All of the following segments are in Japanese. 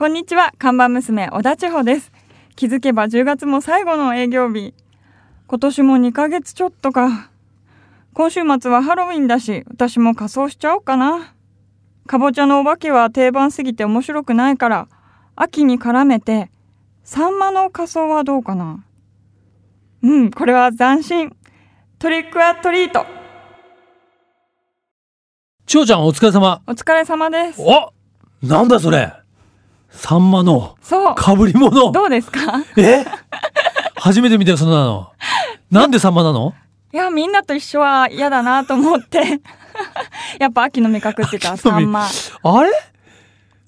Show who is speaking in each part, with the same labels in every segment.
Speaker 1: こんにちは、看板娘、小田千穂です。気づけば10月も最後の営業日。今年も2ヶ月ちょっとか。今週末はハロウィンだし、私も仮装しちゃおうかな。かぼちゃのお化けは定番すぎて面白くないから、秋に絡めて、サンマの仮装はどうかな。うん、これは斬新。トリックアトリート。
Speaker 2: 千代ちゃんお疲れ様。
Speaker 1: お疲れ様です。
Speaker 2: おなんだそれサンマの
Speaker 1: そう、
Speaker 2: 被り物
Speaker 1: どうですか
Speaker 2: え初めて見たよ、そんなの。なんでサンマなの
Speaker 1: いや、みんなと一緒は嫌だなと思っ て。やっぱ秋の味覚って言ったら
Speaker 2: 秋の
Speaker 1: サ
Speaker 2: 味
Speaker 1: ンマ。
Speaker 2: あれは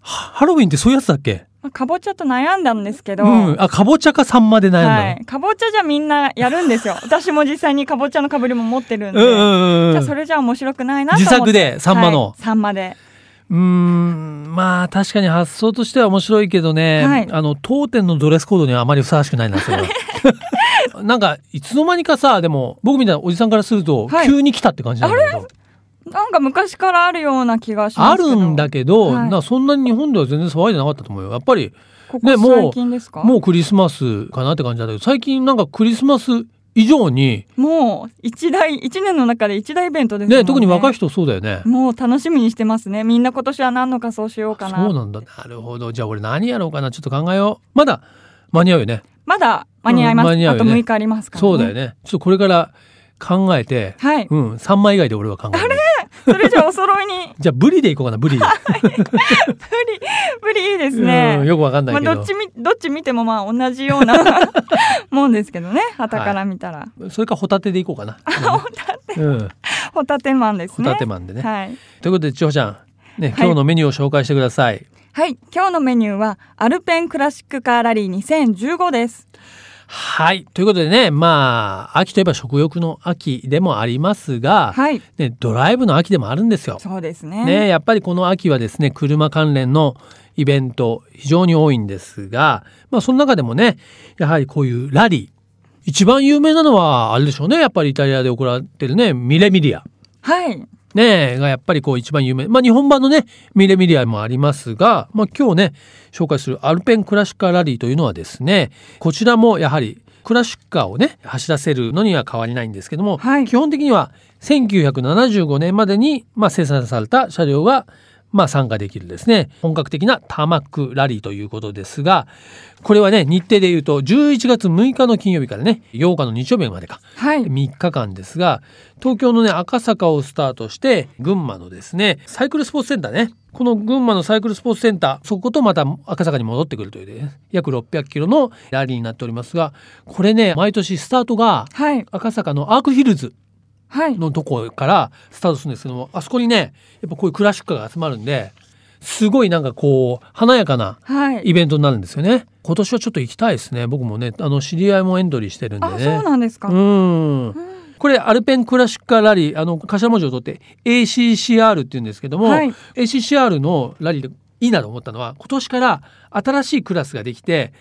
Speaker 2: ハロウィンってそういうやつだっけ
Speaker 1: まあ、かぼちゃと悩んだんですけ
Speaker 2: う
Speaker 1: ど、
Speaker 2: ん。あ、かぼちゃかサンマで悩んだの、
Speaker 1: はい。かぼちゃじゃみんなやるんですよ。私も実際にかぼちゃのかぶりも持ってるんで。
Speaker 2: うんうんうん
Speaker 1: じゃ
Speaker 2: う
Speaker 1: あ
Speaker 2: ん。
Speaker 1: そうれじゃ面白くないなと思って。
Speaker 2: 自作でサンマの
Speaker 1: はいサンマで。
Speaker 2: ーん。まあ確かに発想としては面白いけどね、
Speaker 1: はい
Speaker 2: あの当店のドレスコードにはあまりふさわしくないなそれは なんかいつの間にかさでも僕みたいなおじさんからすると、
Speaker 1: はい
Speaker 2: 急に来たって感じなんだけど
Speaker 1: なんか昔からあるような気がしま
Speaker 2: あ
Speaker 1: すけど。
Speaker 2: るんだけど、
Speaker 1: はい
Speaker 2: なそんなに日本では全然騒いでなかったと思うよ。やっぱり
Speaker 1: こ
Speaker 2: ね
Speaker 1: こ
Speaker 2: もう
Speaker 1: 最近ですか
Speaker 2: もうクリスマスかなって感じだったけど、最近なんかクリスマス以上に、
Speaker 1: う。もう一大、一年の中で一大イベントですもん
Speaker 2: ね、
Speaker 1: ね。
Speaker 2: 特に若い
Speaker 1: 人。
Speaker 2: 人そうだよね。
Speaker 1: もう楽しみにしてますね。みんな今年は何の仮装しようかな。
Speaker 2: そうなんだ。なるほど。じゃあ俺何やろうかな。ちょっと考えよう。まだ間に合うよね。
Speaker 1: まだ間に合います。
Speaker 2: うん間に合う
Speaker 1: あ
Speaker 2: よ
Speaker 1: と
Speaker 2: ね
Speaker 1: 6日ありますから、ね。
Speaker 2: そうだよね。ちょっとこれから考えて、
Speaker 1: はい。
Speaker 2: うん、3枚以外で俺は考える。
Speaker 1: それじゃあお揃いに
Speaker 2: じゃあブリでいこうかな、ブリで。
Speaker 1: ブリブリいい です
Speaker 2: う
Speaker 1: ね
Speaker 2: ん、。よくわかんないけ
Speaker 1: まあ、
Speaker 2: ど。
Speaker 1: どっちみどっち見てもまあ同じよ うなもんですけどね旗から見たら、
Speaker 2: それかホタテでいこう かな。ホタテ。うん。
Speaker 1: ホタテマンです
Speaker 2: ホ
Speaker 1: ね
Speaker 2: タテマンでね。
Speaker 1: はい、
Speaker 2: ということで、千穂ちゃん、ね、
Speaker 1: はい
Speaker 2: 今日のメニューを紹介してください。
Speaker 1: はい、今日のメニューはアルペンクラシックカーラリー2015です
Speaker 2: はい。ということでね、まあ、秋といえば食欲の秋でもありますが、
Speaker 1: はい
Speaker 2: ね、ドライブの秋でもあるんですよ。
Speaker 1: そうですね
Speaker 2: ね、やっぱりこの秋はですね、車関連のイベント非常に多いんですが、まあその中でもね、やはりこういうラリー。一番有名なのは、あれでしょうね。やっぱりイタリアで行われてるね、ミレミリア。
Speaker 1: はい
Speaker 2: ねえ、がやっぱりこう一番有名。まあ日本版のね、ミレミリアもありますが、まあ今日ね、紹介するアルペンクラシッカーラリーというのはですね、こちらもやはりクラシッカーをね、走らせるのには変わりないんですけども、
Speaker 1: はい
Speaker 2: 基本的には1975年までに、まあ、生産された車両が、まあ、参加できるですね、本格的なタマックラリーということですが、これはね、日程で言うと11月6日の金曜日からね、8日の日曜日までか、
Speaker 1: はい
Speaker 2: 3日間ですが東京のね赤坂をスタートして群馬のですねサイクルスポーツセンターねこの群馬のサイクルスポーツセンターそことまた赤坂に戻ってくるというね約600キロのラリーになっておりますがこれね毎年スタートが
Speaker 1: はい
Speaker 2: 赤坂のアークヒルズ
Speaker 1: はい
Speaker 2: のとこからスタートするんですけどもあそこにねやっぱこういうクラシックが集まるんですごいなんかこう華やかな
Speaker 1: はい
Speaker 2: イベントになるんですよね今年はちょっと行きたいですね僕もねあの知り合いもエントリーしてるんでね
Speaker 1: あそうなんですか、
Speaker 2: うん。これアルペンクラシックラリーあの頭文字を取って ACCR って言うんですけども、
Speaker 1: はい
Speaker 2: ACCR のラリーでいいなと思ったのは今年から新しいクラスができて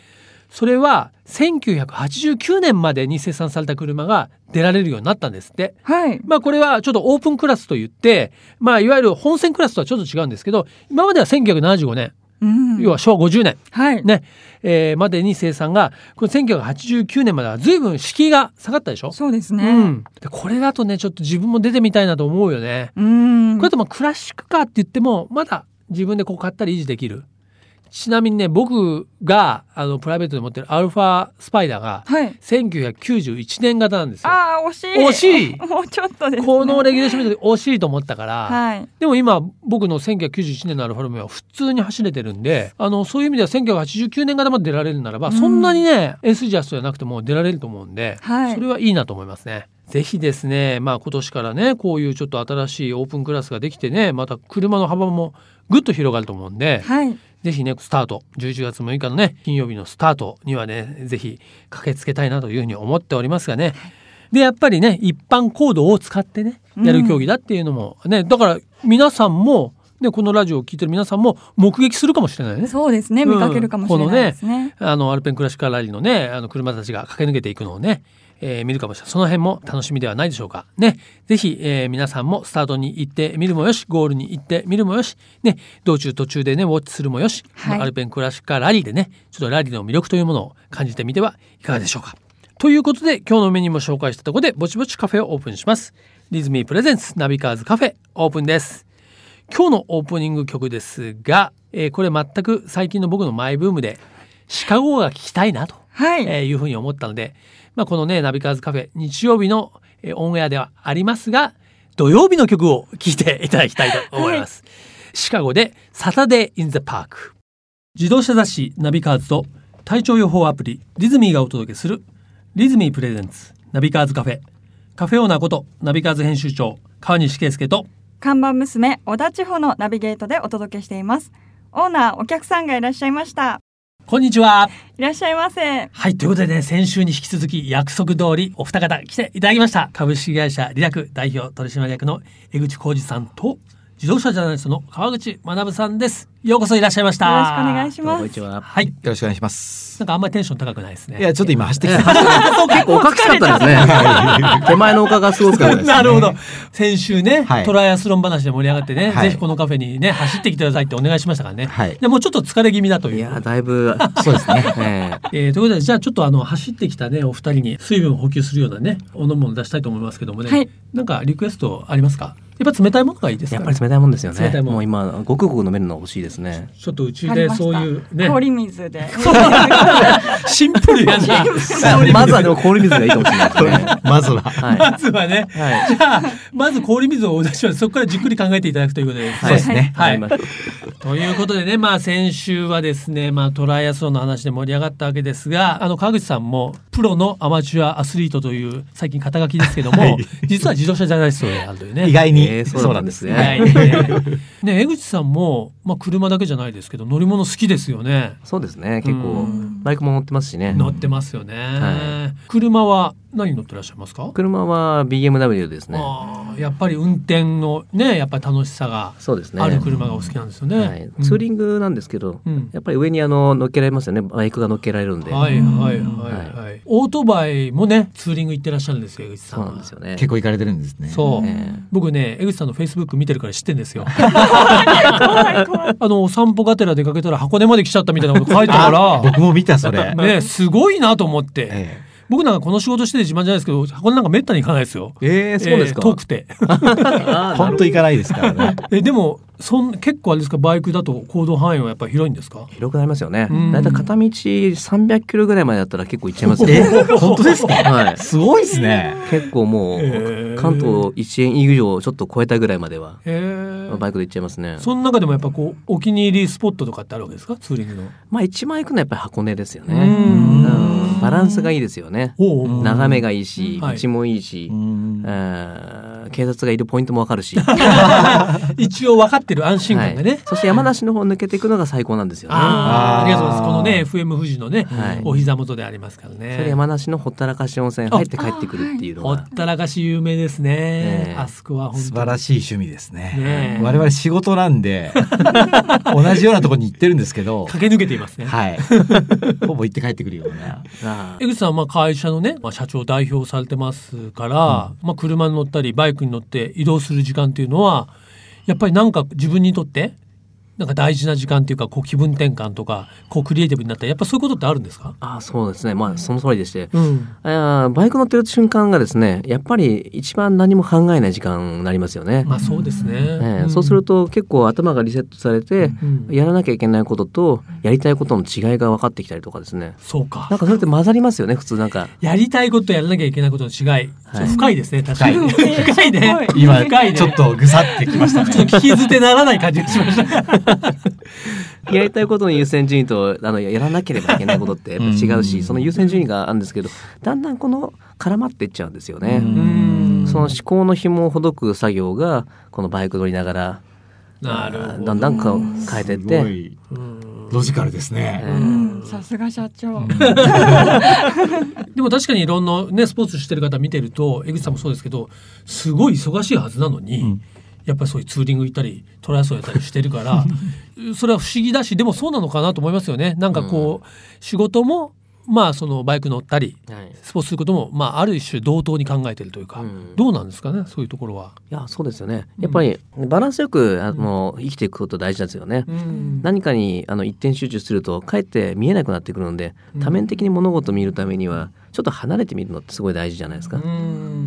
Speaker 2: それは1989年までに生産された車が出られるようになったんですって。
Speaker 1: はい
Speaker 2: まあこれはちょっとオープンクラスといって、まあいわゆる本戦クラスとはちょっと違うんですけど、今までは1975年、
Speaker 1: うん
Speaker 2: 要は昭和50年
Speaker 1: はい
Speaker 2: ね、えーまでに生産が、この1989年までは随分敷居が下がったでしょ
Speaker 1: そうです
Speaker 2: う
Speaker 1: ね
Speaker 2: ん、でこれだとねちょっと自分も出てみたいなと思うよね。
Speaker 1: うん
Speaker 2: これだとまあクラシックカーって言ってもまだ自分でこう買ったり維持できる。ちなみにね僕があのプライベートで持ってるアルファスパイダーが
Speaker 1: はい
Speaker 2: 1991年型なんですよ。
Speaker 1: あー惜しい
Speaker 2: 惜し い
Speaker 1: もうちょっとです、ね、
Speaker 2: このレギュレーション見て惜しいと思ったから、
Speaker 1: はい
Speaker 2: でも今僕の1991年のアルファロメオは普通に走れてるんであのそういう意味では1989年型まで出られるならば、
Speaker 1: うん
Speaker 2: そんなにねエンスジャストじゃなくても出られると思うんで、
Speaker 1: はい
Speaker 2: それはいいなと思いますね。ぜひですね、まあ、今年からねこういうちょっと新しいオープンクラスができてねまた車の幅もぐっと広がると思うんで、
Speaker 1: はい
Speaker 2: ぜひねスタート11月6日のね金曜日のスタートにはねぜひ駆けつけたいなというふうに思っておりますがね。でやっぱりね一般コードを使ってねやる競技だっていうのもね、だから皆さんもでこのラジオを聞いてる皆さんも目撃するかもしれないね。
Speaker 1: そうですね
Speaker 2: うん
Speaker 1: 見かけるかもしれないですね,、
Speaker 2: あのアルペンクラシカラリーのねあの車たちが駆け抜けていくのをね、えー見るかもしれないその辺も楽しみではないでしょうかねぜひ、えー皆さんもスタートに行ってみるもよしゴールに行ってみるもよしね道中途中でねウォッチするもよし、
Speaker 1: はい
Speaker 2: アルペンクラシカラリーでねちょっとラリーの魅力というものを感じてみてはいかがでしょうかということで今日のメニューも紹介したところでぼちぼちカフェをオープンしますディズニープレゼンツナビカーズカフェオープンです今日のオープニング曲ですが、えーこれ全く最近の僕のマイブームでシカゴが聴きたいなと
Speaker 1: はい、
Speaker 2: えーいうふうに思ったので、まあ、このねナビカーズカフェ日曜日のえーオンエアではありますが土曜日の曲を聴いていただきたいと思います。シカゴでサタデー・イン・ザ・パーク自動車雑誌ナビカーズと体調予報アプリリズミーがお届けするリズミープレゼンツナビカーズカフェカフェオーナーことナビカーズ編集長川西圭介と
Speaker 1: 看板娘小田地方のナビゲートでお届けしていますオーナーお客さんがいらっしゃいました
Speaker 2: こんにちは。
Speaker 1: いらっしゃいませ
Speaker 2: はい、ということでね、先週に引き続き約束通りお二方来ていただきました。株式会社リラク代表取締役の江口浩二さんと、自動車ジャーナリストの川口学さんです。ようこそいらっしゃいました。
Speaker 1: よろしくお願いします
Speaker 3: こんにちは。
Speaker 2: はい。
Speaker 3: よろしくお願いします。
Speaker 2: なんかあんまりテンション高くないですね。
Speaker 3: いや、ちょっと今走ってきた。
Speaker 2: 結
Speaker 4: おかしかったですね。はい手前の丘がすごくったですね
Speaker 2: なるほど。先週ね、
Speaker 4: はい
Speaker 2: トライアスロン話で盛り上がってね、
Speaker 4: はい
Speaker 2: ぜひこのカフェにね、走ってきてくださいってお願いしましたからね。
Speaker 4: はい
Speaker 2: でもうちょっと疲れ気味だという。
Speaker 4: いやー、だいぶ、そうですね。ええ
Speaker 2: えーということでじゃあちょっとあの走ってきたねお二人に水分を補給するようなねお飲み物出したいと思いますけどもね、
Speaker 1: はい
Speaker 2: なんかリクエストありますかやっぱ冷たいものがいいですか、
Speaker 4: やっぱり冷たいもんですよね。
Speaker 2: 冷たいもん
Speaker 4: う今、ごくごく飲めるの欲しいですね。
Speaker 2: ちょっとうち
Speaker 1: わかり
Speaker 2: で
Speaker 1: ました
Speaker 2: そういうね
Speaker 1: 氷水で
Speaker 2: シンプルやな
Speaker 4: まずはでも氷水がいいかもしれないですね。
Speaker 3: まずは。
Speaker 4: は
Speaker 2: まずはね、
Speaker 4: はい
Speaker 2: じゃあまず氷水をお出ししますそこからじっくり考えていただくということで、
Speaker 4: い。そうですね。
Speaker 2: はい
Speaker 4: わかりまし
Speaker 2: ということでね、まあ、先週はですね、まあ、トライアスロンの話で盛り上がったわけですがあの川口さんもプロのアマチュアアスリートという最近肩書きですけども、
Speaker 3: はい
Speaker 2: 実は自動車ジャーナリストであるというね。
Speaker 3: 意外に、
Speaker 4: えー
Speaker 3: そうなんです
Speaker 4: そう
Speaker 3: ね。
Speaker 4: な
Speaker 2: は
Speaker 4: ん
Speaker 2: いね江口さんも、まあ、車だけじゃないですけど乗り物好きですよね
Speaker 4: たそうですね。結
Speaker 2: う
Speaker 4: 構、バイクも乗ってますしね。
Speaker 2: 乗ってますよね、
Speaker 4: は
Speaker 2: 車は何乗ってらっしゃいますか、
Speaker 4: 車は BMW ですね。
Speaker 2: あーやっぱり運転のねやっぱり楽しさが
Speaker 4: そうですね。
Speaker 2: ある車がお好きなんですよね、
Speaker 4: はい。ツーリ
Speaker 2: ン
Speaker 4: ングなんですけど、
Speaker 2: グ、うん
Speaker 4: やっぱり上にあの乗っけられますよね。バイクが乗っけられるんで。
Speaker 2: はいはいはいはい、オートバイもねツーリング行ってらっしゃるんですよ江口さん
Speaker 4: そう
Speaker 2: は
Speaker 4: なんですよね。
Speaker 3: 結構行かれてるんですね。
Speaker 2: そう、
Speaker 4: ええ
Speaker 2: 僕ね江口さんのフェイスブック見てるから知ってんで すよ
Speaker 1: 怖い怖い
Speaker 2: あのお散歩がてら出かけたら箱根まで来ちゃったみたいなこと書いてた
Speaker 3: あ
Speaker 2: か
Speaker 3: 僕も見た、そ れ
Speaker 2: ら。ねすごいなと思って、
Speaker 3: え
Speaker 2: 僕なんかこの仕事してて自慢じゃないですけど箱根なんかめったに行かないですよ。
Speaker 4: ええそうですか。
Speaker 2: え ー遠くて
Speaker 4: あ
Speaker 3: え
Speaker 4: ー
Speaker 3: ほんと行かないですからね。
Speaker 2: えでもそん結構あれですかバイクだと行動範囲はやっぱり広いんですか
Speaker 4: 広くなりますよね
Speaker 2: うん。
Speaker 4: だいたい片道300キロぐらいまでだったら結構行っちゃいますよ
Speaker 3: え
Speaker 4: ね。
Speaker 3: 本当ですか
Speaker 4: はい。
Speaker 3: すごいですね。
Speaker 4: 結構も
Speaker 2: へー
Speaker 4: う関東一円以上ちょっと超えたぐらいまでは
Speaker 2: え
Speaker 4: バイクで行っちゃいますね。
Speaker 2: その中でもやっぱこうお気に入りスポットとかってあるわけですかツーリングの。
Speaker 4: まあ一番行くのはやっぱり箱根ですよね。
Speaker 2: う
Speaker 4: うんんバランスがいいですよね。
Speaker 2: おうおう
Speaker 4: 眺めがいいし、
Speaker 2: はい
Speaker 4: 道もいいし
Speaker 3: う、ん
Speaker 4: えー警察がいるポイントもわかるし、
Speaker 2: 一応分かってる安心感がね。
Speaker 4: はいそして山梨の方抜けていくのが最高なんですよね。
Speaker 2: ああ
Speaker 3: あー
Speaker 2: ありがとうございます。このね FM 富士のね、
Speaker 4: はい
Speaker 2: お膝元でありますから
Speaker 4: それで
Speaker 2: ね。
Speaker 4: 山梨のほったらかし温泉入って帰ってくるっていうの
Speaker 2: ほ
Speaker 4: が
Speaker 2: っ。たらかし有名ですね。
Speaker 4: ええ
Speaker 2: あそこは本当に
Speaker 3: 素晴らしい趣味です
Speaker 2: ね
Speaker 3: ね。
Speaker 2: え
Speaker 3: 我々仕事なん で、同じようなところに行ってるんですけど、
Speaker 2: 駆け抜けていますね。
Speaker 3: はい。ほぼ行って帰ってくるような。
Speaker 4: あー
Speaker 2: 江口さんはまあ会社のね、まあ、社長を代表されてますから、まあ、車に乗ったりバイクに乗って移動する時間っていうのはやっぱりなんか自分にとってなんか大事な時間っていうかこう気分転換とかこうクリエイティブになったりやっぱそういうことってあるんですか、
Speaker 4: あー、そうですね。まあその通りでして、
Speaker 2: うん、
Speaker 4: あーバイク乗ってる瞬間がですねやっぱり一番何も考えない時間になりますよね。
Speaker 2: まあそうですね、
Speaker 4: ええ
Speaker 2: ん
Speaker 4: そうする、と結構頭がリセットされて、
Speaker 2: うん
Speaker 4: やらなきゃいけないこととやりたいことの違いが分かってきたりとかですね
Speaker 2: そうか
Speaker 4: なんかそれって混ざりますよね普通なんか
Speaker 2: やりたいことやらなきゃいけないことの違い、
Speaker 4: はい
Speaker 2: 深いですね確かに
Speaker 1: 深い
Speaker 2: 深いね
Speaker 1: すごい
Speaker 3: 今、
Speaker 2: 深いね
Speaker 3: ちょっとぐさってきました
Speaker 2: ちょっ
Speaker 3: ね。
Speaker 2: と聞き捨てならない感じがしました
Speaker 4: やりたいことの優先順位とあのやらなければいけないことってやっぱ違う
Speaker 3: う
Speaker 4: し
Speaker 3: ん
Speaker 4: その優先順位があるんですけどだんだんこの絡まっていっちゃうんですよね。
Speaker 2: ん
Speaker 4: その思考の紐をほどく作業がこのバイク乗りながら
Speaker 2: なるほど
Speaker 4: だんだんこう変えていって。
Speaker 3: いロジカルですね。
Speaker 1: うんさすが社長
Speaker 2: でも確かにいろんなねスポーツしてる方見てると江口さんもそうですけどすごい忙しいはずなのに、
Speaker 3: ん
Speaker 2: やっぱりそういうツーリング行ったりトライアスロンやったりしてるからそれは不思議だしでもそうなのかなと思いますよねなんかこう、仕事もまあそのバイク乗ったり
Speaker 4: はい、い
Speaker 2: スポーツすることも、まあ、ある一種同等に考えてるというか、
Speaker 4: うん
Speaker 2: どうなんですかねそういうところは。
Speaker 4: やそうですよねやっぱりバランスよくあの生きていくこと大事なんですよね、
Speaker 1: ん
Speaker 4: 何かにあの一点集中するとかえって見えなくなってくるので
Speaker 2: うん
Speaker 4: 多面的に物事を見るためにはちょっと離れてみるのってすごい大事じゃないですか、
Speaker 2: うん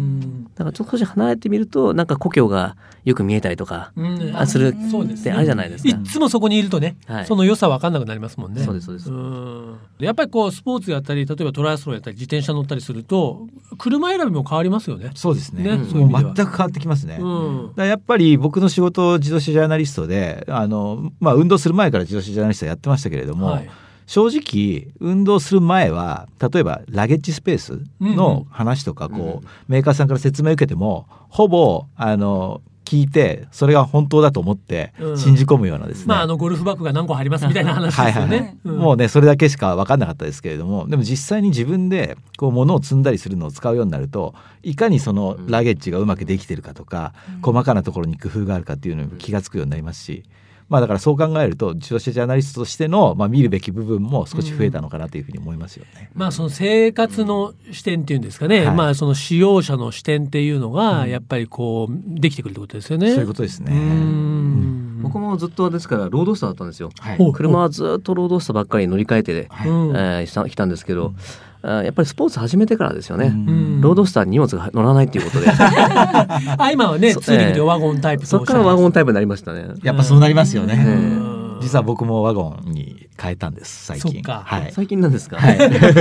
Speaker 4: だからちょっと少し離れてみるとなんか故郷がよく見えたりとか
Speaker 2: うん
Speaker 4: あする
Speaker 2: そうで
Speaker 4: っ
Speaker 2: す
Speaker 4: て
Speaker 2: ね
Speaker 4: あるじゃないです
Speaker 2: い
Speaker 4: か。
Speaker 2: つもそこにいるとね、
Speaker 4: はい
Speaker 2: その良さ分かんなくなりますもんね。
Speaker 4: そうですそうです
Speaker 2: うんやっぱりこうスポーツやったり例えばトライアスロンやったり自転車乗ったりすると車選びも変わりますよね。
Speaker 3: そうですね
Speaker 2: ね
Speaker 4: そう
Speaker 2: いう意味
Speaker 3: も
Speaker 2: で
Speaker 3: う
Speaker 2: は
Speaker 3: 全く変わってきますね、
Speaker 2: うん
Speaker 3: だからやっぱり僕の仕事自動車ジャーナリストであの、まあ、運動する前から自動車ジャーナリストやってましたけれども、
Speaker 2: はい
Speaker 3: 正直運動する前は例えばラゲッジスペースの話とかこう、
Speaker 4: うん
Speaker 3: メーカーさんから説明受けてもほぼあの聞いてそれが本当だと思って
Speaker 2: うん
Speaker 3: 信じ込むようなですね、
Speaker 2: まああのゴルフバッグが何個入りますみたいな話ですよ
Speaker 3: はい
Speaker 1: はいはい
Speaker 2: ね。うん
Speaker 3: もうねそれだけしか分かんなかったですけれどもでも実際に自分でこう物を積んだりするのを使うようになるといかにそのラゲッジがうまくできてるかとか、細かなところに工夫があるかっていうのに気が付くようになりますし。まあだからそう考えると自動車ジャーナリストとしての、まあ、見るべき部分も少し増えたのかなというふうに思いますよね。
Speaker 2: まあその生活の視点っていうんですかね、
Speaker 3: はい
Speaker 2: まあその使用者の視点っていうのがやっぱりこうできてくるってことですよね。
Speaker 3: そういうことですね。
Speaker 2: うん
Speaker 4: 僕もずっとですからロードスターだったんですよ。
Speaker 3: はい
Speaker 2: お
Speaker 4: 車はずっとロードスターばっかり乗り換えてで、
Speaker 3: はい
Speaker 2: うん
Speaker 4: えーした来たんですけど、あーやっぱりスポーツ始めてからですよね。
Speaker 2: うん
Speaker 4: ロードスターに荷物が乗らないっていうことで、
Speaker 2: あ今はね
Speaker 4: そ
Speaker 2: ツーリングでワゴンタイプ
Speaker 4: そっからワ
Speaker 2: ン
Speaker 4: ゴンタイプになりましたね。
Speaker 3: やっぱそうなりますよね。
Speaker 4: うん
Speaker 3: 実は僕もワゴンに変えたんです最
Speaker 2: そっ
Speaker 3: 近。
Speaker 2: か
Speaker 3: はい。
Speaker 4: 最近なんですか。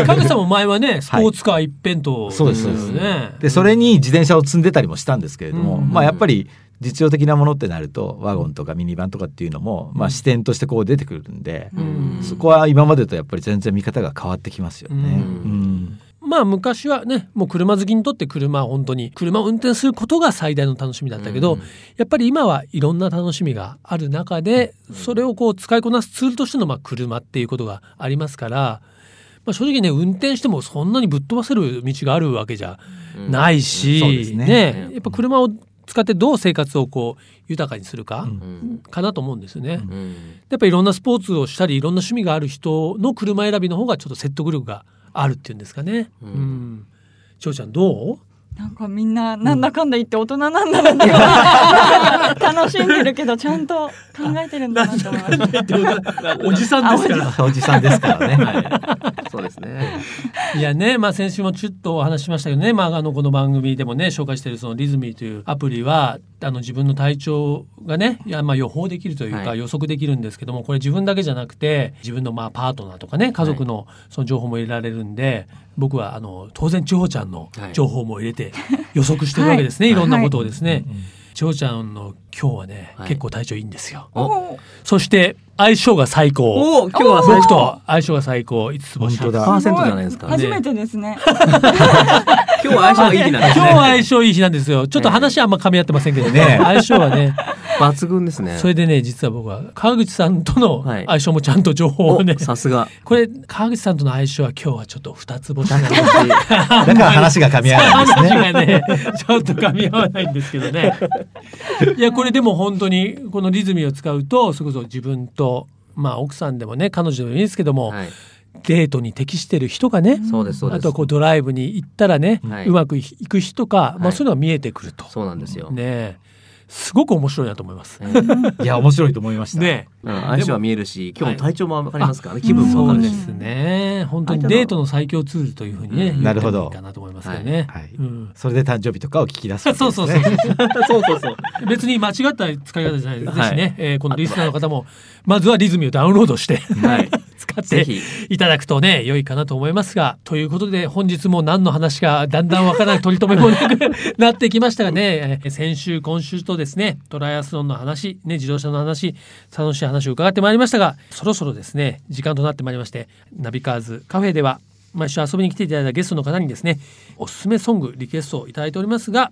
Speaker 2: カグさんも前はねスポーツカー一辺倒
Speaker 3: そうですそう
Speaker 2: よ
Speaker 3: で
Speaker 2: ね
Speaker 3: す。でそれに自転車を積んでたりもしたんですけれども、
Speaker 2: うん
Speaker 3: まあやっぱり実用的なものってなるとワゴンとかミニバンとかっていうのも、まあ、視点としてこう出てくるんで、
Speaker 2: うん
Speaker 3: そこは今までとやっぱり全然見方が変わってきますよね。
Speaker 2: う
Speaker 3: うんん
Speaker 2: まあ昔はねもう車好きにとって車は本当に車を運転することが最大の楽しみだったけど、
Speaker 4: うん
Speaker 2: やっぱり今はいろんな楽しみがある中で、それをこう使いこなすツールとしてのまあ車っていうことがありますから、まあ、正直ね運転してもそんなにぶっ飛ばせる道があるわけじゃ ないし、
Speaker 3: うんそうですね
Speaker 2: ねやっぱ車を使ってどう生活をこう豊かにするか、
Speaker 3: うん
Speaker 4: うん
Speaker 2: かなと思うんですよね。
Speaker 4: うん
Speaker 2: やっぱりいろんなスポーツをしたりいろんな趣味がある人の車選びの方がちょっと説得力があるっていうんですかね。う
Speaker 4: うん
Speaker 2: ん。ちょうちゃんどう？
Speaker 1: なんかみんななんだかんだ言って大人なんだなって 楽しんでるけどちゃんと考えてるんだなと思いました。
Speaker 2: おじさんですから。
Speaker 3: おじさんですか らね。
Speaker 4: そうですね。
Speaker 2: いやね、まあ先週もちょっとお話ししましたけどね、まああのこの番組でもね紹介しているそのリズミーというアプリはあの自分の体調がね、いやまあ予報できるというか
Speaker 4: はい
Speaker 2: 予測できるんですけども、これ自分だけじゃなくて自分のまあパートナーとかね家族のその情報も入れられるんで、僕はあの当然千穂ちゃんの
Speaker 4: はい
Speaker 2: 情報も入れて予測してるわけですね、
Speaker 1: はい
Speaker 2: い、ろんなことをですね。
Speaker 3: うん
Speaker 2: 千穂ちゃんの今日はね、
Speaker 4: はい
Speaker 2: 結構体調いいんですよ。
Speaker 1: お
Speaker 2: そして相性が最高。
Speaker 4: お今日は
Speaker 2: 僕と相性が最高5つ星。
Speaker 3: 本当だ
Speaker 4: パー
Speaker 1: す
Speaker 4: セン
Speaker 1: ご
Speaker 4: トじゃないですか。
Speaker 1: 初めてですね。
Speaker 4: 今日は相性いい日なんです
Speaker 2: 今
Speaker 4: ね。
Speaker 2: 日は相性いい日なんですよ。ちょっと話はあんま噛み合ってませんけどね。
Speaker 3: ね
Speaker 2: 相性はね。
Speaker 4: 抜群ですね。
Speaker 2: それでね、実は僕は川口さんとの
Speaker 4: はい
Speaker 2: 相性もちゃんと情報をね
Speaker 4: お。さすが。
Speaker 2: これ川口さんとの相性は今日はちょっと二つ星なんです。
Speaker 3: だから話が噛み合 わないんですね。
Speaker 2: 話がね、ちょっと噛み合わないんですけど ね。いや、これでも本当に、このリズミを使うと、それこそ自分と、まあ奥さんでもね、彼女でもいいんですけども、
Speaker 4: はい。
Speaker 2: デートに適してる人がね、
Speaker 4: そうですそうです。
Speaker 2: あとはこうドライブに行ったらね、
Speaker 4: はいう
Speaker 2: まくいく人とか、ま
Speaker 4: は
Speaker 2: あ
Speaker 4: い
Speaker 2: そういうのが見えてくると。
Speaker 4: そうなんですよ。
Speaker 2: ねえすごく面白いなと思います。
Speaker 4: ええ
Speaker 3: いや面白いと思いました。
Speaker 2: ね
Speaker 4: うん相性は見えるし、今日の体調もわかりますからね。気
Speaker 2: え
Speaker 4: 分も
Speaker 2: そ
Speaker 4: わか
Speaker 2: う
Speaker 4: る
Speaker 2: で
Speaker 4: し。
Speaker 2: すね。本当にデートの最強ツールというふうにね、
Speaker 4: うん
Speaker 2: 言っても
Speaker 3: ないる
Speaker 2: い
Speaker 3: ほど
Speaker 2: かなと思いますけどね。
Speaker 3: はいはい
Speaker 2: うん
Speaker 3: それで誕生日とかを聞き出すわけです
Speaker 2: そ
Speaker 3: ね、
Speaker 2: うそうそうそう。
Speaker 4: そうそうそう。
Speaker 2: 別に間違った使い方じゃないですしね、
Speaker 4: はい
Speaker 2: えーこのリスナーの方もまずはリズミをダウンロードして
Speaker 4: はい。
Speaker 2: 使っ
Speaker 4: ぜ
Speaker 2: て
Speaker 4: ひ。
Speaker 2: いただくとね良いかなと思いますがということで本日も何の話かだんだんわからない取り留めもなく なってきましたがねえー先週今週とですねトライアスロンの話、ね、自動車の話楽しい話を伺ってまいりましたがそろそろですね時間となってまいりましてナビカーズカフェでは毎週遊びに来ていただいたゲストの方にですねおすすめソングリクエストをいただいておりますが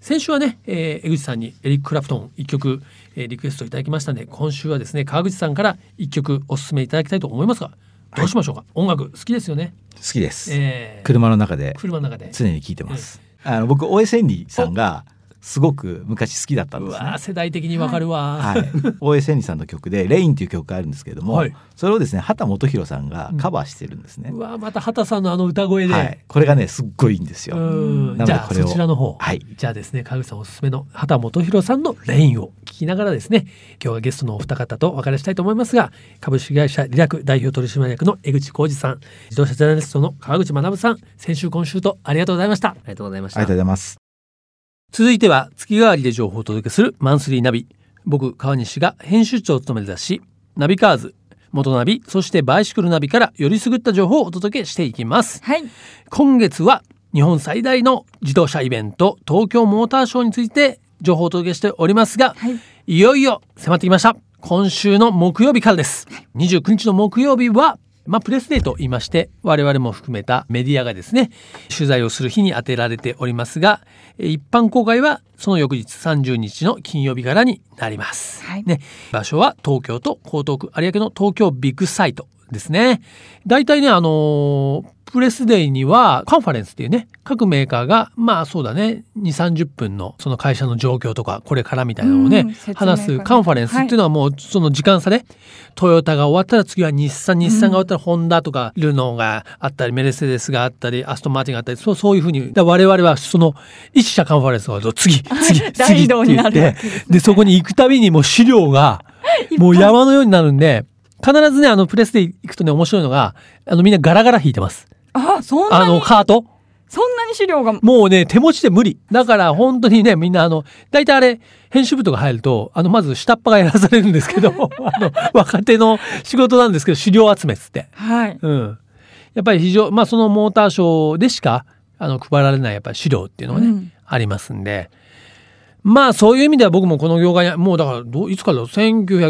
Speaker 2: 先週はね、えー江口さんにエリック・クラプトン一曲、えーリクエストいただきましたので今週はですね川口さんから一曲おすすめいただきたいと思いますがどうしましょうか、音楽好きですよね、
Speaker 3: 好きです。
Speaker 2: えー
Speaker 3: 車の中で
Speaker 2: 車の中で
Speaker 3: 常に聞いてます。あの僕大江千里さんがすごく昔好きだったん
Speaker 2: う
Speaker 3: です
Speaker 2: わ
Speaker 3: ね
Speaker 2: ー。世代的にわかるわー、
Speaker 3: はい、大江千里さんの曲で「レイン」っていう曲があるんですけれども、
Speaker 2: はい
Speaker 3: それをですね畑基博さんがカバーしてるんですね
Speaker 2: う。わーまた畑さんのあの歌声で、
Speaker 3: はい、これがねすっごいいいんですよ。
Speaker 2: うん
Speaker 3: なので
Speaker 2: じゃあ
Speaker 3: これ
Speaker 2: そ
Speaker 3: を
Speaker 2: ちらの方、
Speaker 3: はい
Speaker 2: じゃあですね川口さんおすすめの畑基博さんの「レイン」を聞きながらですね今日はゲストのお二方とお別れしたいと思いますが株式会社リラク代表取締役の江口浩二さん自動車ジャーナリストの川口学さん先週今週とありがとうございました
Speaker 4: りがとうございまし
Speaker 3: ありが
Speaker 4: た
Speaker 3: とうご。ざいます。
Speaker 2: 続いては月替わりで情報をお届けするマンスリーナビ僕川西が編集長を務める雑誌ナビカーズ元ナビそしてバイシクルナビからよりすぐった情報をお届けしていきます
Speaker 1: はい
Speaker 2: 今月は日本最大の自動車イベント東京モーターショーについて情報をお届けしておりますが、
Speaker 1: はい
Speaker 2: い、よいよ迫ってきました今週の木曜日からです29日の木曜日はまあ、プレスデーと言いまして我々も含めたメディアがですね取材をする日に当てられておりますがえー一般公開はその翌日30日の金曜日からになります、
Speaker 1: はい
Speaker 2: ね、場所は東京と江東区有明の東京ビッグサイトですね。大体ね、あのープレスデイにはカンファレンスっていうね、各メーカーが、まあそうだね、2、30分のその会社の状況とか、これからみたいなのを
Speaker 1: うん
Speaker 2: ね
Speaker 1: 説明、から
Speaker 2: 話すカンファレンスっていうのはもうその時間差で、トヨタが終わったら次は日産、日産が終わったらホンダとか、ルノーがあったり、メルセデスがあったり、アストンマーティンがあったり、そうそういうふうに、だから我々はその一社カンファレンスが終わ ると次、次、次
Speaker 1: 大移動にな
Speaker 2: っ
Speaker 1: る
Speaker 2: て言ってで、そこに行くたびにもう資料が、
Speaker 1: い
Speaker 2: もう山のようになるんで、必ずね、あの、プレスで行くとね、面白いのが、あの、みんなガラガラ引いてます。
Speaker 1: あそん
Speaker 2: あ
Speaker 1: な
Speaker 2: の、
Speaker 1: に
Speaker 2: カート。
Speaker 1: そんなに資料が
Speaker 2: もうね、手持ちで無理。だから、本当にね、みんな、あの、大体あれ、編集部とか入ると、あの、まず下っ端がやらされるんですけど、あの、若手の仕事なんですけど、資料集めっつって。
Speaker 1: はい
Speaker 2: うん。やっぱり非常、まあ、そのモーターショーでしか、あの、配られない、やっぱり資料っていうのがね、
Speaker 1: うん
Speaker 2: ありますんで。まあ、そういう意味では僕もこの業界に、もうだからどう、いつからだろう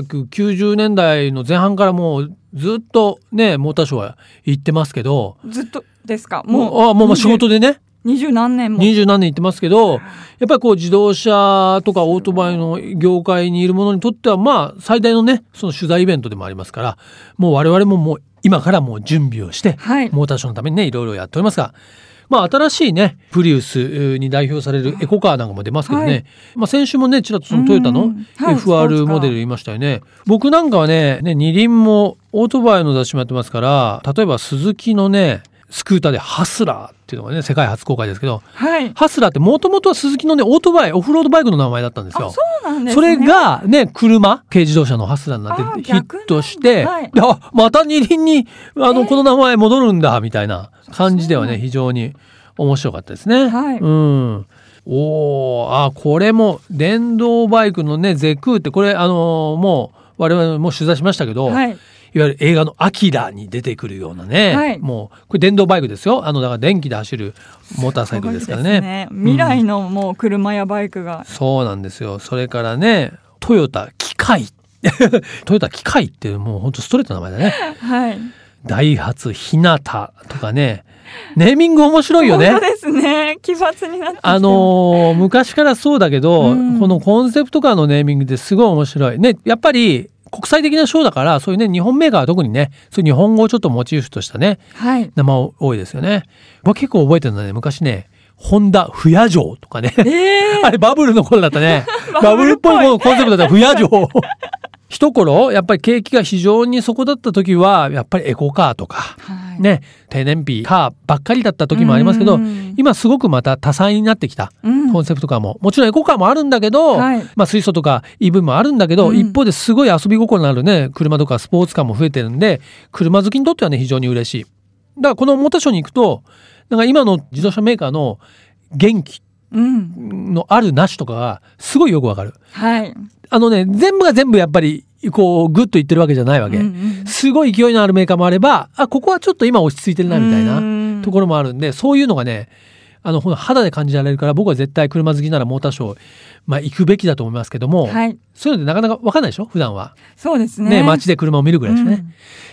Speaker 2: 1990年代の前半からもう、ずっとね、モーターショーは行ってますけど、
Speaker 1: ずっとですか
Speaker 2: も
Speaker 1: も
Speaker 2: う、
Speaker 1: う
Speaker 2: あもうまあ仕事でね、
Speaker 1: 二十何年も
Speaker 2: 二十何年行ってますけど、やっぱりこう自動車とかオートバイの業界にいる者にとっては、まあ最大のね、その取材イベントでもありますから、もう我々ももう今からもう準備をして、
Speaker 1: はい
Speaker 2: モーターショーのためにね、いろいろやっておりますが、まあ新しいね、プリウスえーに代表されるエコカーなんかも出ますけどね、
Speaker 1: はい
Speaker 2: まあ先週もね、ちらっとそのトヨタ
Speaker 1: う
Speaker 2: の
Speaker 1: んはいスポー
Speaker 2: FR
Speaker 1: ツカー
Speaker 2: モデル言いましたよね。僕なんかはね、ね、二輪もオートバイの雑誌もやってますから、例えば鈴木のね、スクーターでハスラーっていうのがね、世界初公開ですけど、
Speaker 1: はい
Speaker 2: ハスラーってもともとは鈴木のね、オートバイ、オフロードバイクの名前だったんです
Speaker 1: あ
Speaker 2: よ。
Speaker 1: そうなんですね
Speaker 2: それがね、車、軽自動車のハスラーにな
Speaker 1: あ
Speaker 2: っ
Speaker 1: ー
Speaker 2: てヒットして、
Speaker 1: 逆なん
Speaker 2: であまた二輪に、あの、
Speaker 1: えー
Speaker 2: この名前戻るんだ、みたいな感じでは
Speaker 1: そう
Speaker 2: ね、
Speaker 1: なん
Speaker 2: 非常に面白かったですね。
Speaker 1: はい
Speaker 2: うん。おーあ、これも、電動バイクのね、ゼクーって、これ、あのーもう、我々も取材しましたけど、
Speaker 1: はい
Speaker 2: いわゆる映画の「アキラ」に出てくるようなね、
Speaker 1: はい
Speaker 2: もうこれ電動バイクですよあのだから電気で走るモーターサイクルですからね
Speaker 1: すごいです未来のもう車やバイクが、
Speaker 2: そうなんですよそれからねトヨタ機械 トヨタ機械っていうもうほんとストレートな名前だね
Speaker 1: はい
Speaker 2: ダイハツ日向とかねネーミング面白いよね
Speaker 1: 本当ですね奇抜になってきて
Speaker 2: あのー昔からそうだけど、
Speaker 1: うん
Speaker 2: このコンセプトカーのネーミングってすごい面白い。ね、やっぱり国際的なショーだから、そういうね、日本メーカーは特にね、そういう日本語をちょっとモチーフとしたね、
Speaker 1: はい
Speaker 2: 名前多いですよね。僕結構覚えてるのはね、昔ね、ホンダ不夜城とかね。
Speaker 1: え
Speaker 2: あれバブルの頃だったね。バ
Speaker 1: バ
Speaker 2: ブ
Speaker 1: ブ
Speaker 2: ル
Speaker 1: ル
Speaker 2: っ
Speaker 1: っ
Speaker 2: ぽ
Speaker 1: ぽい
Speaker 2: いコンセプトだった不夜城。一頃、やっぱり景気が非常にそこだった時は、やっぱりエコカーとか、
Speaker 1: はい
Speaker 2: ね、低燃費カーばっかりだった時もありますけど
Speaker 1: うん、
Speaker 2: 今すごくまた多彩になってきた。
Speaker 1: うん
Speaker 2: コンセプトカーも、もちろんエコカーもあるんだけど、
Speaker 1: はい
Speaker 2: まあ水素とか EV もあるんだけど、
Speaker 1: うん
Speaker 2: 一方ですごい遊び心のあるね車とかスポーツカーも増えてるんで車好きにとってはね非常に嬉しいだからこのモーターショーに行くとなんか今の自動車メーカーの元気
Speaker 1: うん
Speaker 2: のあるなしとかがすごいよくわかる
Speaker 1: はい
Speaker 2: あのね全部が全部やっぱりこうグッといってるわけじゃないわけ、
Speaker 1: うんうん
Speaker 2: すごい勢いのあるメーカーもあればあここはちょっと今落ち着いてるなみたいな
Speaker 1: うん
Speaker 2: ところもあるんで、そういうのがね、あの、ほん肌で感じられるから、僕は絶対車好きならモーターショー、まあ行くべきだと思いますけども、
Speaker 1: はい
Speaker 2: そういうのってなかなかわかんないでしょ普段は。
Speaker 1: そうですね
Speaker 2: ね、街で車を見るぐらいですね。
Speaker 1: うん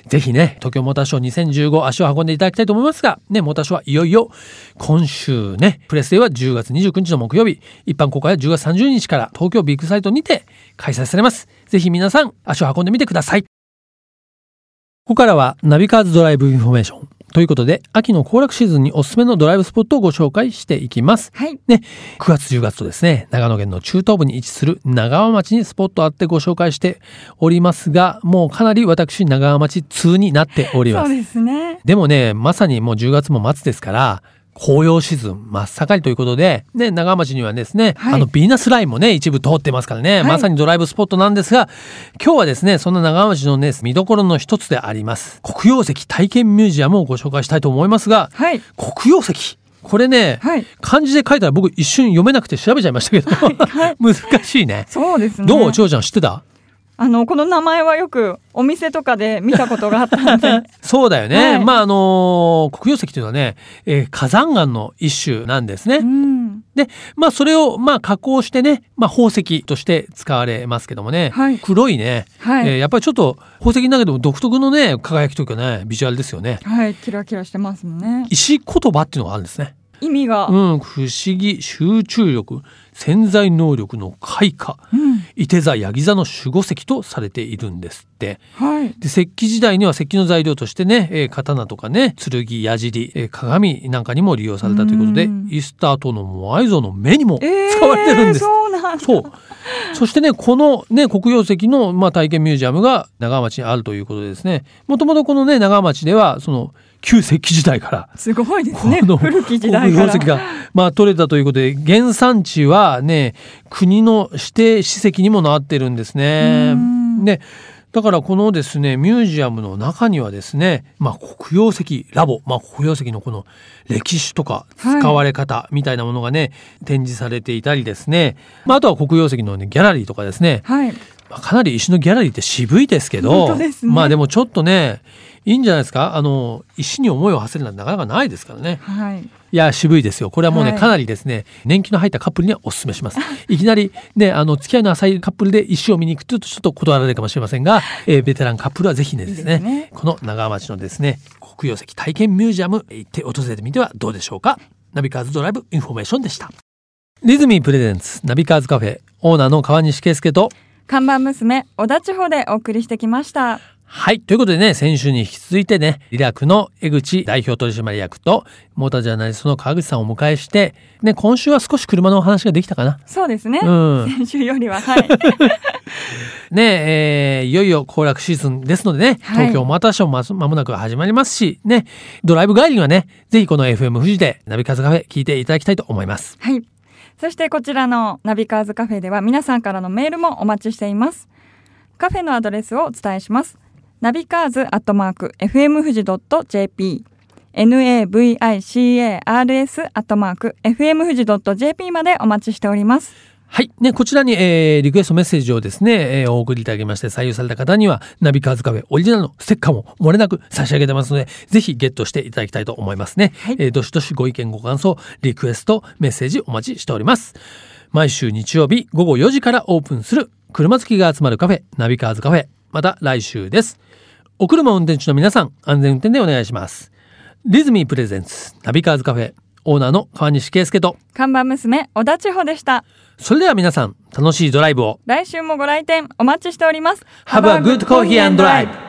Speaker 2: ぜひね、東京モーターショー2015足を運んでいただきたいと思いますが、ね、モーターショーはいよいよ今週ね、プレスデーは10月29日の木曜日、一般公開は10月30日から東京ビッグサイトにて開催されます。ぜひ皆さん足を運んでみてください。ここからはナビカーズドライブインフォメーション。ということで、秋の行楽シーズンにおすすめのドライブスポットをご紹介していきます。
Speaker 1: はい。
Speaker 2: ね、9月10月とですね、長野県の中東部に位置する長和町にスポットあってご紹介しておりますが、もうかなり私長和町通になっておりま
Speaker 1: そ
Speaker 2: す
Speaker 1: う。ですね。
Speaker 2: でもね、まさにもう10月も末ですから、紅葉シーズン真っ盛りということで、ね、長浜町にはですね、
Speaker 1: はい
Speaker 2: あの、ヴィーナスラインもね、一部通ってますからね、
Speaker 1: い
Speaker 2: まさにドライブスポットなんですが、今日はですね、そんな長浜町のね、見どころの一つであります、黒曜石体験ミュージアムをご紹介したいと思いますが、
Speaker 1: はい。
Speaker 2: 黒曜石これね、
Speaker 1: はい。
Speaker 2: 漢字で書いたら僕一瞬読めなくて調べちゃいましたけど、 難しいね。
Speaker 1: そうですね。
Speaker 2: どう、ちょうちゃん知ってた
Speaker 1: あの、この名前はよくお店とかで見たことがあったんで。
Speaker 2: そうだよ
Speaker 1: は
Speaker 2: ね。
Speaker 1: い
Speaker 2: まあ、あのー黒曜石というのはね、えー火山岩の一種なんですね。
Speaker 1: うん。
Speaker 2: で、まあ、それを、まあ、加工してね、まあ、宝石として使われますけどもね。
Speaker 1: はい
Speaker 2: 黒いね、
Speaker 1: はい
Speaker 2: えーやっぱりちょっと宝石の中でも独特のね、輝きというかね、ビジュアルですよね。
Speaker 1: はい。キラキラしてますもんね。
Speaker 2: 石言葉っていうのがあるんですね。
Speaker 1: 意味が。
Speaker 2: うん、不思議、集中力、潜在能力の開花。
Speaker 1: うん。
Speaker 2: 伊手座、ヤギ座の守護石とされているんですって。
Speaker 1: はい。
Speaker 2: で石器時代には石器の材料としてね、えー刀とかね剣矢尻、えー鏡なんかにも利用されたということで
Speaker 1: うん
Speaker 2: イースター島のモアイ像の目にも
Speaker 1: えー、
Speaker 2: 使われてるんです。
Speaker 1: そうなんだ。
Speaker 2: そうそしてねこのね黒曜石の、まあ、体験ミュージアムが長浜町にあるということでですねもともとこのね長浜町ではその旧石器時代から
Speaker 1: すごいです
Speaker 2: こ
Speaker 1: ね。
Speaker 2: の
Speaker 1: 古き時代から。
Speaker 2: 黒曜石が、まあ、取れたということで原産地はね国の指定史跡にもなってるんですね
Speaker 1: う。ん
Speaker 2: ねだからこのですねミュージアムの中にはですね、まあ、黒曜石ラボ、まあ、黒曜石のこの歴史とか
Speaker 1: はい
Speaker 2: 使われ方みたいなものがね、展示されていたりですね、まあ、あとは黒曜石の、ね、ギャラリーとかですね、
Speaker 1: はい。
Speaker 2: まあ、かなり石のギャラリーって渋いですけ
Speaker 1: 本
Speaker 2: ど
Speaker 1: 当ですね
Speaker 2: まあでもちょっとねいいんじゃないですかあの石に思いを馳せるなんてなかなかないですからね。
Speaker 1: はい。
Speaker 2: いや、渋いですよ。これはもうね、
Speaker 1: はい
Speaker 2: かなりですね、年季の入ったカップルにはお勧めし ます。いきなり、ね、あの、付き合いの浅いカップルで石を見に行くと、ちょっと断られるかもしれませんが、えーベテランカップルはぜひねですね、
Speaker 1: いいですね
Speaker 2: この長浜町のですね、黒曜石体験ミュージアム、行って訪れてみてはどうでしょうか。ナビカーズドライブインフォメーションでした。リズミープレゼンツ、ナビカーズカフェ、オーナーの川西圭介と、
Speaker 1: 看板娘、小田地方でお送りしてきました。
Speaker 2: はい。ということでね、先週に引き続いてね、リラクの江口代表取締役と、モータージャーナリストの川口さんをお迎えして、ね、今週は少し車のお話ができたかな。
Speaker 1: そうですね。
Speaker 2: うん。
Speaker 1: 先週よりは、はい。
Speaker 2: ね、えーいよいよ行楽シーズンですのでね、
Speaker 1: はい
Speaker 2: 東京またションままもなく始まりますし、ね、ドライブ帰りにはね、ぜひこの FM 富士でナビカズカフェ聞いていただきたいと思います。
Speaker 1: はい。そしてこちらのナビカーズカフェでは皆さんからのメールもお待ちしています。カフェのアドレスをお伝えします。ナビカーズアットマーク FM 富士 .jp navicars アットマーク FM 富士 .jp までお待ちしております。
Speaker 2: はい。ね、こちらに、えー、リクエストメッセージをですね、えー、お送りいただきまして、採用された方には、ナビカーズカフェオリジナルのステッカーも漏れなく差し上げてますので、ぜひゲットしていただきたいと思いますね。
Speaker 1: はい
Speaker 2: えーどしどしご意見、ご感想、リクエスト、メッセージお待ちしております。毎週日曜日午後4時からオープンする、車好きが集まるカフェ、ナビカーズカフェ。また来週です。お車運転中の皆さん、安全運転でお願いします。リズミープレゼンツ、ナビカーズカフェ、オーナーの川西圭介と、
Speaker 1: 看板娘、小田千穂でした。
Speaker 2: それでは皆さん、楽しいドライブを。
Speaker 1: 来週もご来店お待ちしております。
Speaker 2: Have a good coffee and drive.